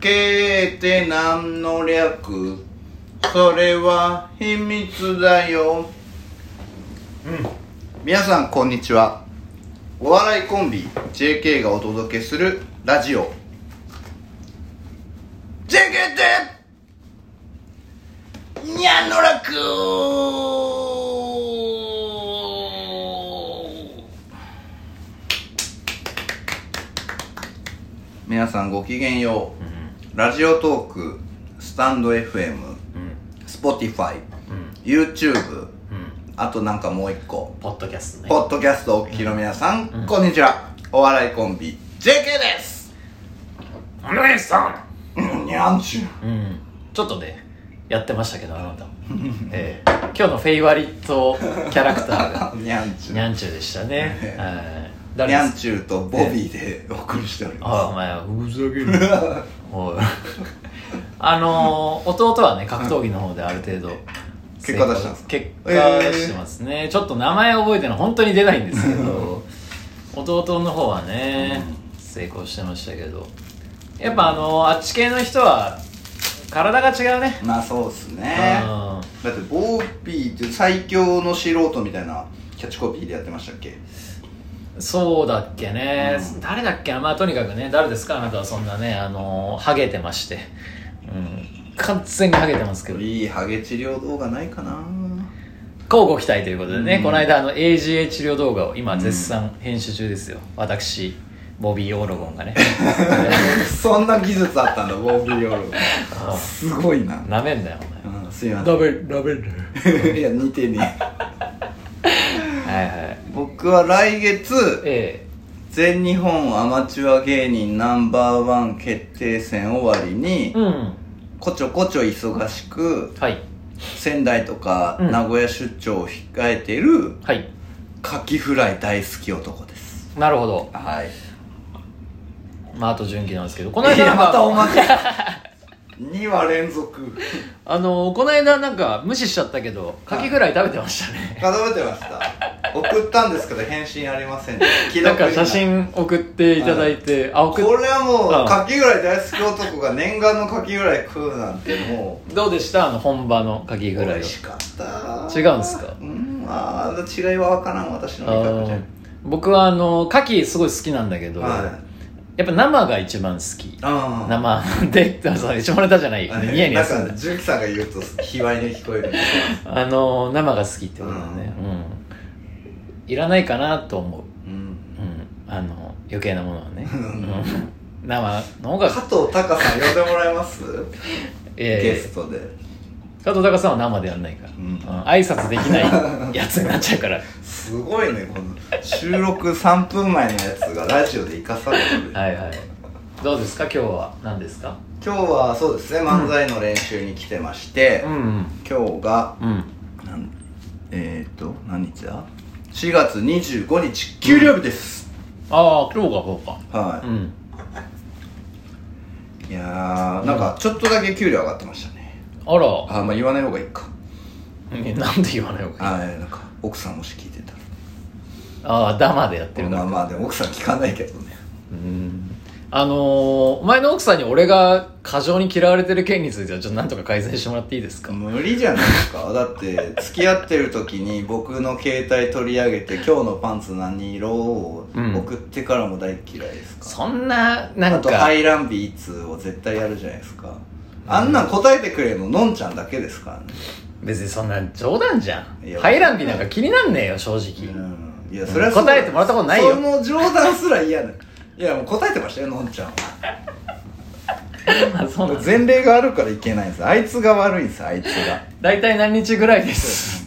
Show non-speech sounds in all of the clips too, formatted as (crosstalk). JK って何の略それは秘密だよう皆さんこんにちはお笑いコンビ JK がお届けするラジオ JK ってにゃんのらく皆さんごきげんよんうラジオトークスタンド FM うん Spotify うん、 YouTube うん、あとなんかもう一個ポッドキャストねポッドキャストをお聞きの皆さん、こんにちは。お笑いコンビ、JK です。お姉さうん、にゃんちゅんうんちょっとねやってましたけどあなたも、ええ今日のフェイワリットキャラクターが (laughs) う。にゃんちゅニャンチュでしたね、ええはいに誰ゃでんすちゅうとボビーでお送りしておりあおま前ふざけ (laughs) るなおい (laughs) あのー弟はね格闘技の方である程度 (laughs) 結果出したんですか結果出してますね、ちょっと名前覚えてるの本当に出ないんですけ (laughs) ど弟の方はね、成功してましたけどやっぱあのーあっち系の人は体が違うねす。まあそうっすね。うんだって、ボビーって最強の素人みたいなキャッチコピーでやってましたっけそうだっけね、誰だっけなまあとにかくね誰ですかあなたはそんなねあのーハゲてまして、うん、完全にハゲてますけどいいハゲ治療動画ないかな交互期待ということでね、うんこの間あの AGA 治療動画を今絶賛編集中ですよ、私ボビー・オロゴ (laughs) ンがねそんな技術あったんだ、ボビーオール。すごいな。なめんなよおうん、すいま前せん。べなめんなよ (laughs) いや、似てねえ。はいはい僕は来月、え全日本アマチュア芸人ナンバーワン決定戦終わりえにうんこちょこちょ忙しくはい仙台とかうん名古屋出張を控えてるはいカキフライ大好き男ですなるほどはいまああと準備なんですけどここの間なんかまたおま (laughs) け2話連続 (laughs) あのーこの間なんか無視しちゃったけどカキフライ食べてましたね数えてました送ったんですけど返信ありませんでした既なん読かにな写真送っていただいて、あ送っこれはもううんカキフライ大好き男が念願のカキフライ食うなんてもうどうでしたあの本場のカキフライ美を味しかった違うんすかうんあー違いは分からん私のあ味覚じゃー僕はあのカキすごい好きなんだけど、はいやっぱ生が一番好きあー生でってさ一番ネタじゃないあニヤニヤするんなだんか純喜さんが言うと卑猥に聞こえるんですよあの生が好きってことだねうん、いらないかなと思うんう、うん、あの余計なものはね、ううんん、生の方加が藤隆さん呼んでもらえますゲええストで加藤隆さんは生でやんないから、うんうん挨拶できないやつになっちゃうから (laughs) すごいねこの収録3分前のやつがラジオで生かされてるはいはいどうですか今日は何ですか今日はそうですね漫才の練習に来てまして、ん今日がうんなんえっ、ー、と何日だ4月25日給料日です、ああ今日がそうかはい、うんいやーなんかちょっとだけ給料上がってましたねあらあーまあ言わない方がいいかえなんで言わない方がいいあーなんか奥さんもし聞いてたらああダマでやってるまからあまあでも奥さん聞かないけどねうんあのー、お前の奥さんに俺が過剰に嫌われてる件についてはちょっとなんとか改善してもらっていいですか無理じゃないですか (laughs) だって付き合ってる時に僕の携帯取り上げて「今日のパンツ何色?」をうん送ってからも大嫌いですか、そんななあんと「アかイランビーツ」を絶対やるじゃないですかあんなん答えてくれるののんちゃんだけですからね別にそんな冗談じゃいんや入らん日なんか気になんねえよ正う直、んいやそれはそう答えてもらったことないよその冗談すら嫌だいやもう答えてましたよのんちゃんはあそうなんだ前例があるからいけないんですあいつが悪いんですあいつが大体何日ぐらいです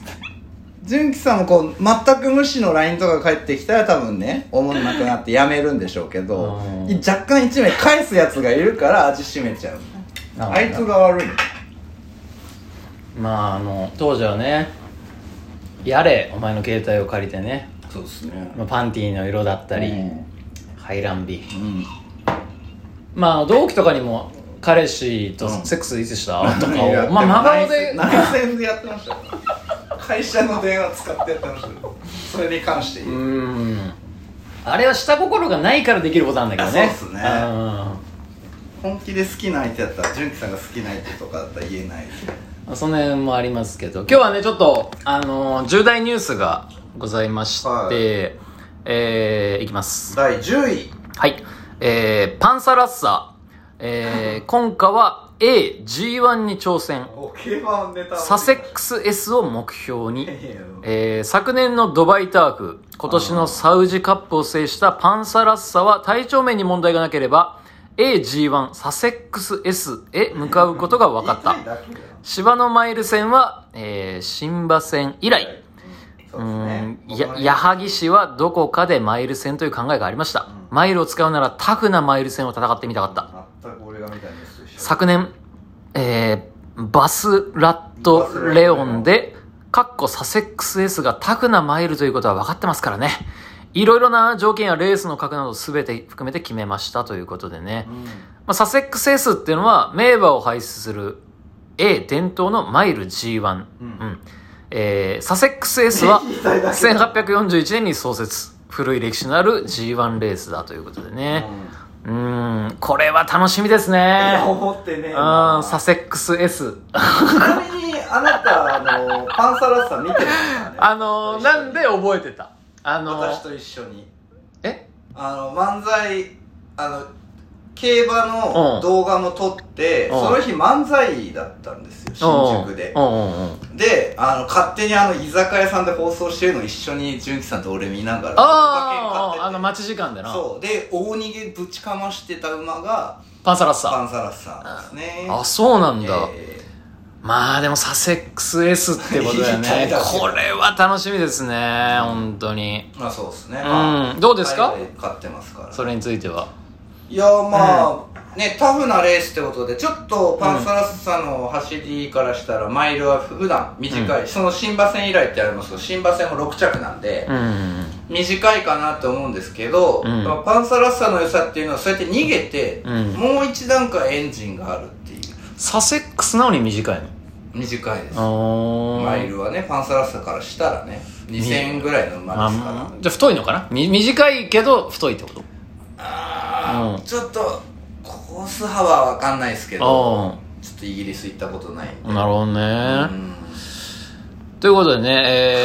純喜さんもこう全く無視の LINE とか返ってきたら多分ねおもんなくなってやめるんでしょうけどうん若干1名返すやつがいるから味しめちゃうああいつが悪いまああの当時はねやれお前の携帯を借りてねそうですねまあパンティーの色だったり、うん排卵日うんまあ同期とかにも彼氏とセックスい (laughs) つした、とかいやをまあ真顔ででも内戦内戦でやってましたよ会社の電話使ってやってましたよそれに関してう言うーんあれは下心がないからできることなんだけどねあそうっすねん本気で好きな相手だったら純喜さんが好きな相手とかだったら言えないですねまあその辺もありますけど今日はねちょっとあのー重大ニュースがございまして、はいえー、いきます第10位はいえー、パンサラッサえー、 (laughs) 今回は AG1 に挑戦お競馬ネタサセックス S を目標にいやいやえー昨年のドバイターク今年のサウジカップを制したパンサラッサは体調面に問題がなければ AG1 サセックス S へ向かうことが分かっ言い (laughs) たたいだけだ芝のマイル戦は、えー新馬戦以来、そうですねうんや矢作氏はどこかでマイル戦という考えがありました、マイルを使うならタフなマイル戦を戦ってみたかった全く俺が見たニュースと一緒昨年、えーバスラットレオンで、かっこサセックス S がタフなマイルということは分かってますからね。いろいろな条件やレースの格など全て含めて決めましたということでね。うんまあ、サセックス S っていうのは、名馬を排出する A 伝統のマイル G1。ううんんえーサセックス S (laughs) は言いたいだけだ1841年に創設。古い歴史のある G1 レースだということでね。うーん、これは楽しみですいねや。思ってねえあなーサセックス S。ちなみにあなたあのパンサラッサ見てるんですかねあのー、なんで覚えてたあの私ー、と一緒にえあの漫才あの競馬うのん動画も撮って、うんその日漫才だったんですよ新宿でう、んうんうん。であの勝手にあの居酒屋さんで放送してるの一緒に純喜さんと俺見ながらあ馬券買ってあ、てあの、待ち時間でな。そうで大逃げぶちかましてた馬がパンサラッサ。パンサラッサですねあ、そうなんだ。えまあでもサセックス S ってことだよ (laughs) 言いたいねだ。けこれは楽しみですね、本当に。ーまあそうですね、うんまあどうですか海外買ってますからそれについては。いやーまあ、ねタフなレースってことでちょっとパンサラッサの走りからしたらマイルは普段短い、その新馬戦以来ってありますけど新馬戦も6着なんでう、ん。短いかなと思うんですけど、うんまあパンサラッサの良さっていうのはそうやって逃げて、うんもう一段階エンジンがあるっていうサセックスなのに短い短いですの。あマイー。ルはねパンサラッサからしたらね2000円ぐらいの馬ですからあじゃあ太いのかなみ短いけど太いってことあーうんちょっとコース幅は分かんないですけどあちょっとイギリス行ったことないんであ。なるほどね。うんということでね、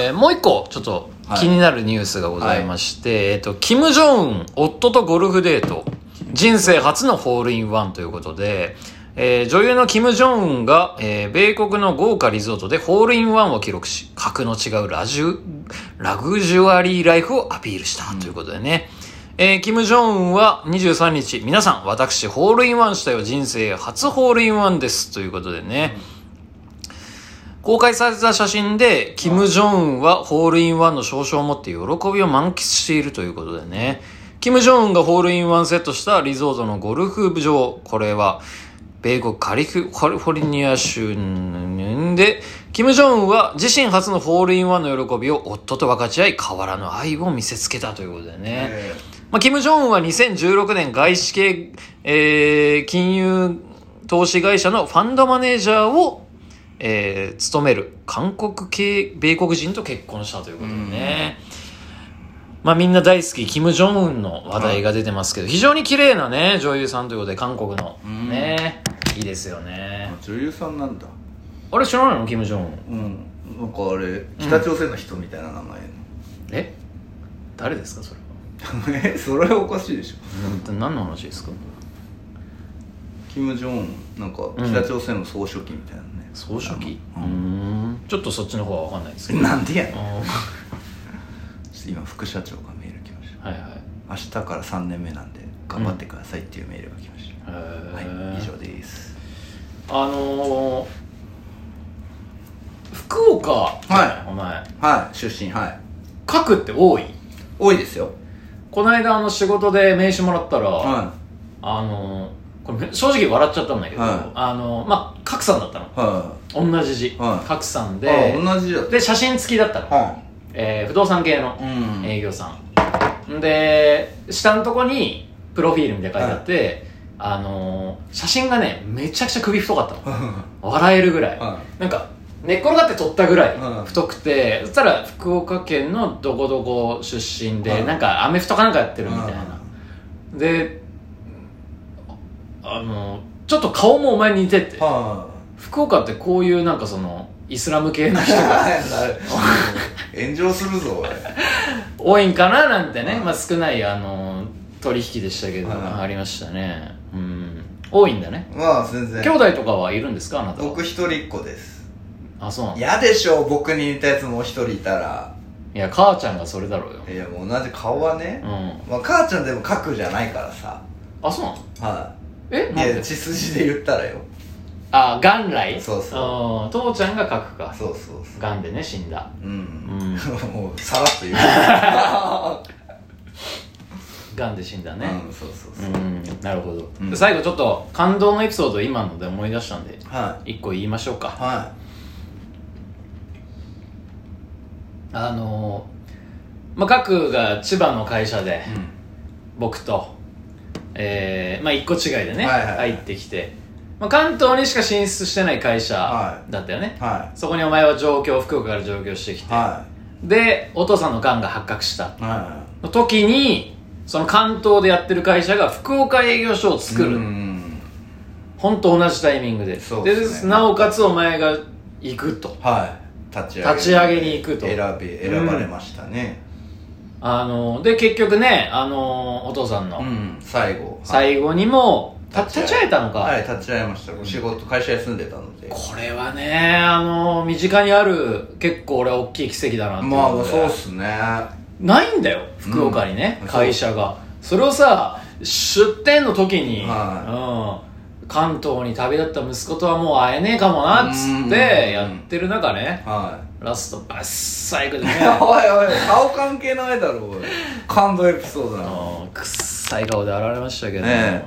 えーもう一個、ちょっと気になるニュースがございまして、えっと、キム・ジョンウン、夫とゴルフデート、人生初のホールインワンということで、えー女優のキム・ジョンウンが、えー米国の豪華リゾートでホールインワンを記録し、格の違うラジュ、ラグジュアリーライフをアピールしたということでね、えーキム・ジョンウンは23日、皆さん、私、ホールインワンしたよ、人生初ホールインワンです、ということでね、公開された写真で、キム・ジョンウンはホールインワンの証書を持って喜びを満喫しているということでね。キム・ジョンウンがホールインワンセットしたリゾートのゴルフ場、これは、米国カリフカリフォルニア州で、キム・ジョンウンは自身初のホールインワンの喜びを夫と分かち合い、変わらぬ愛を見せつけたということでね。えまあ、キム・ジョンウンは2016年外資系、えー金融投資会社のファンドマネージャーを、えー務める韓国系米国人と結婚したということでね。まあみんな大好き、キム・ジョンウンの話題が出てますけど、非常に綺麗なね、女優さんということで、韓国のうん。ね、いいですよーね。女優さんなんだあれ知らないのキム・ジョンウン。うんなんかあれ北朝鮮の人みたいな名前の、え誰ですかそれは。 (laughs) えそれはおかしいでしょうん何の話ですかキム・ジョンウンなんかうん北朝鮮の総書記みたいなね、総書記ううーんん。ちょっとそっちの方はわかんないですけど。なんでやねんちょあっと今副社長がメール来ましたーはいはい。明日から3年目なんで頑張ってくださいっていうメールが来ました、はいは以上ですあのー、福岡、、はいお前はい出身はい書くって多い多いですよこの間あの仕事で名刺もらったら、はあのーこれ正直笑っちゃったんだけど、はいあのーまあ賀来さんだったいはの同じ字はい賀来さんいであ同じだっで写真付きだったの、たはえー不動産系のいうん (laughs) 営業さん、ん、で下のとこにプロフィールみたいな書いてあって、あのー写真がねめちゃくちゃ首太かったの笑えるぐらい、はなんか寝っ転がって撮ったぐらうんい太くて、そしたら福岡県のどこどこ出身で、うんなんかアメフトかなんかやっているみたいな、であのちょっと顔もお前に似てっては福岡ってこういうなんかそのイスラム系の (laughs) 人いがなる炎上するぞ俺多いんかななんてね、うんまあ、少ないあの取引でしたけど、うんありましたねうん多いんだねまあ全然兄弟とかはいるんですかあなたは僕一人っ子ですあそうなんだ嫌でしょ僕に似たやつもう一人いたらいや母ちゃんがそれだろうよいやもう同じ顔はねう、んまあ、母ちゃんでも書くじゃないからさあそうなのはえいいなんやで血筋で言ったらよあ元来そうそうあー父ちゃんが書くかそうそうそう癌でね死んだうん、うん (laughs) もうさらっと言う癌で死んだ (laughs) ねうんそうそううそう、んなるほど、うん最後ちょっと感動のエピソードを今ので思い出したんではい一個言いましょうかはあのーまあ各が千葉の会社でい、うん僕とえー、まあ一個違いでね、はいはいはい入ってきて、まあ、関東にしか進出してない会社はだったよね、はそこにお前は上京福岡から上京してきいて、はでお父さんの癌が発覚したいはの時にその関東でやってる会社が福岡営業所をい作る、うんほんと同じタイミングでそうですねでなおかつお前が行くとはい立ち上げ立ち上げに行くと選び選ばれましたねあので結局ねあのお父さんうん、の最後はい最後にも、た立立ち上げち会えたのか、はい立ち会いました仕事会社休んでたのでこれはねあの身近にある結構俺は大きい奇跡だなってまあ思そうっすねないんだよ福岡にね、うん会社がそれをさ出店の時に、うん、関東に旅立った息子とはもう会えねえかもなっつうんってやってる中ねはラストバッサイクで (laughs) ねいおいおい顔関係ないだろおい感動エピソードなのうん臭い顔で現れましたけど、え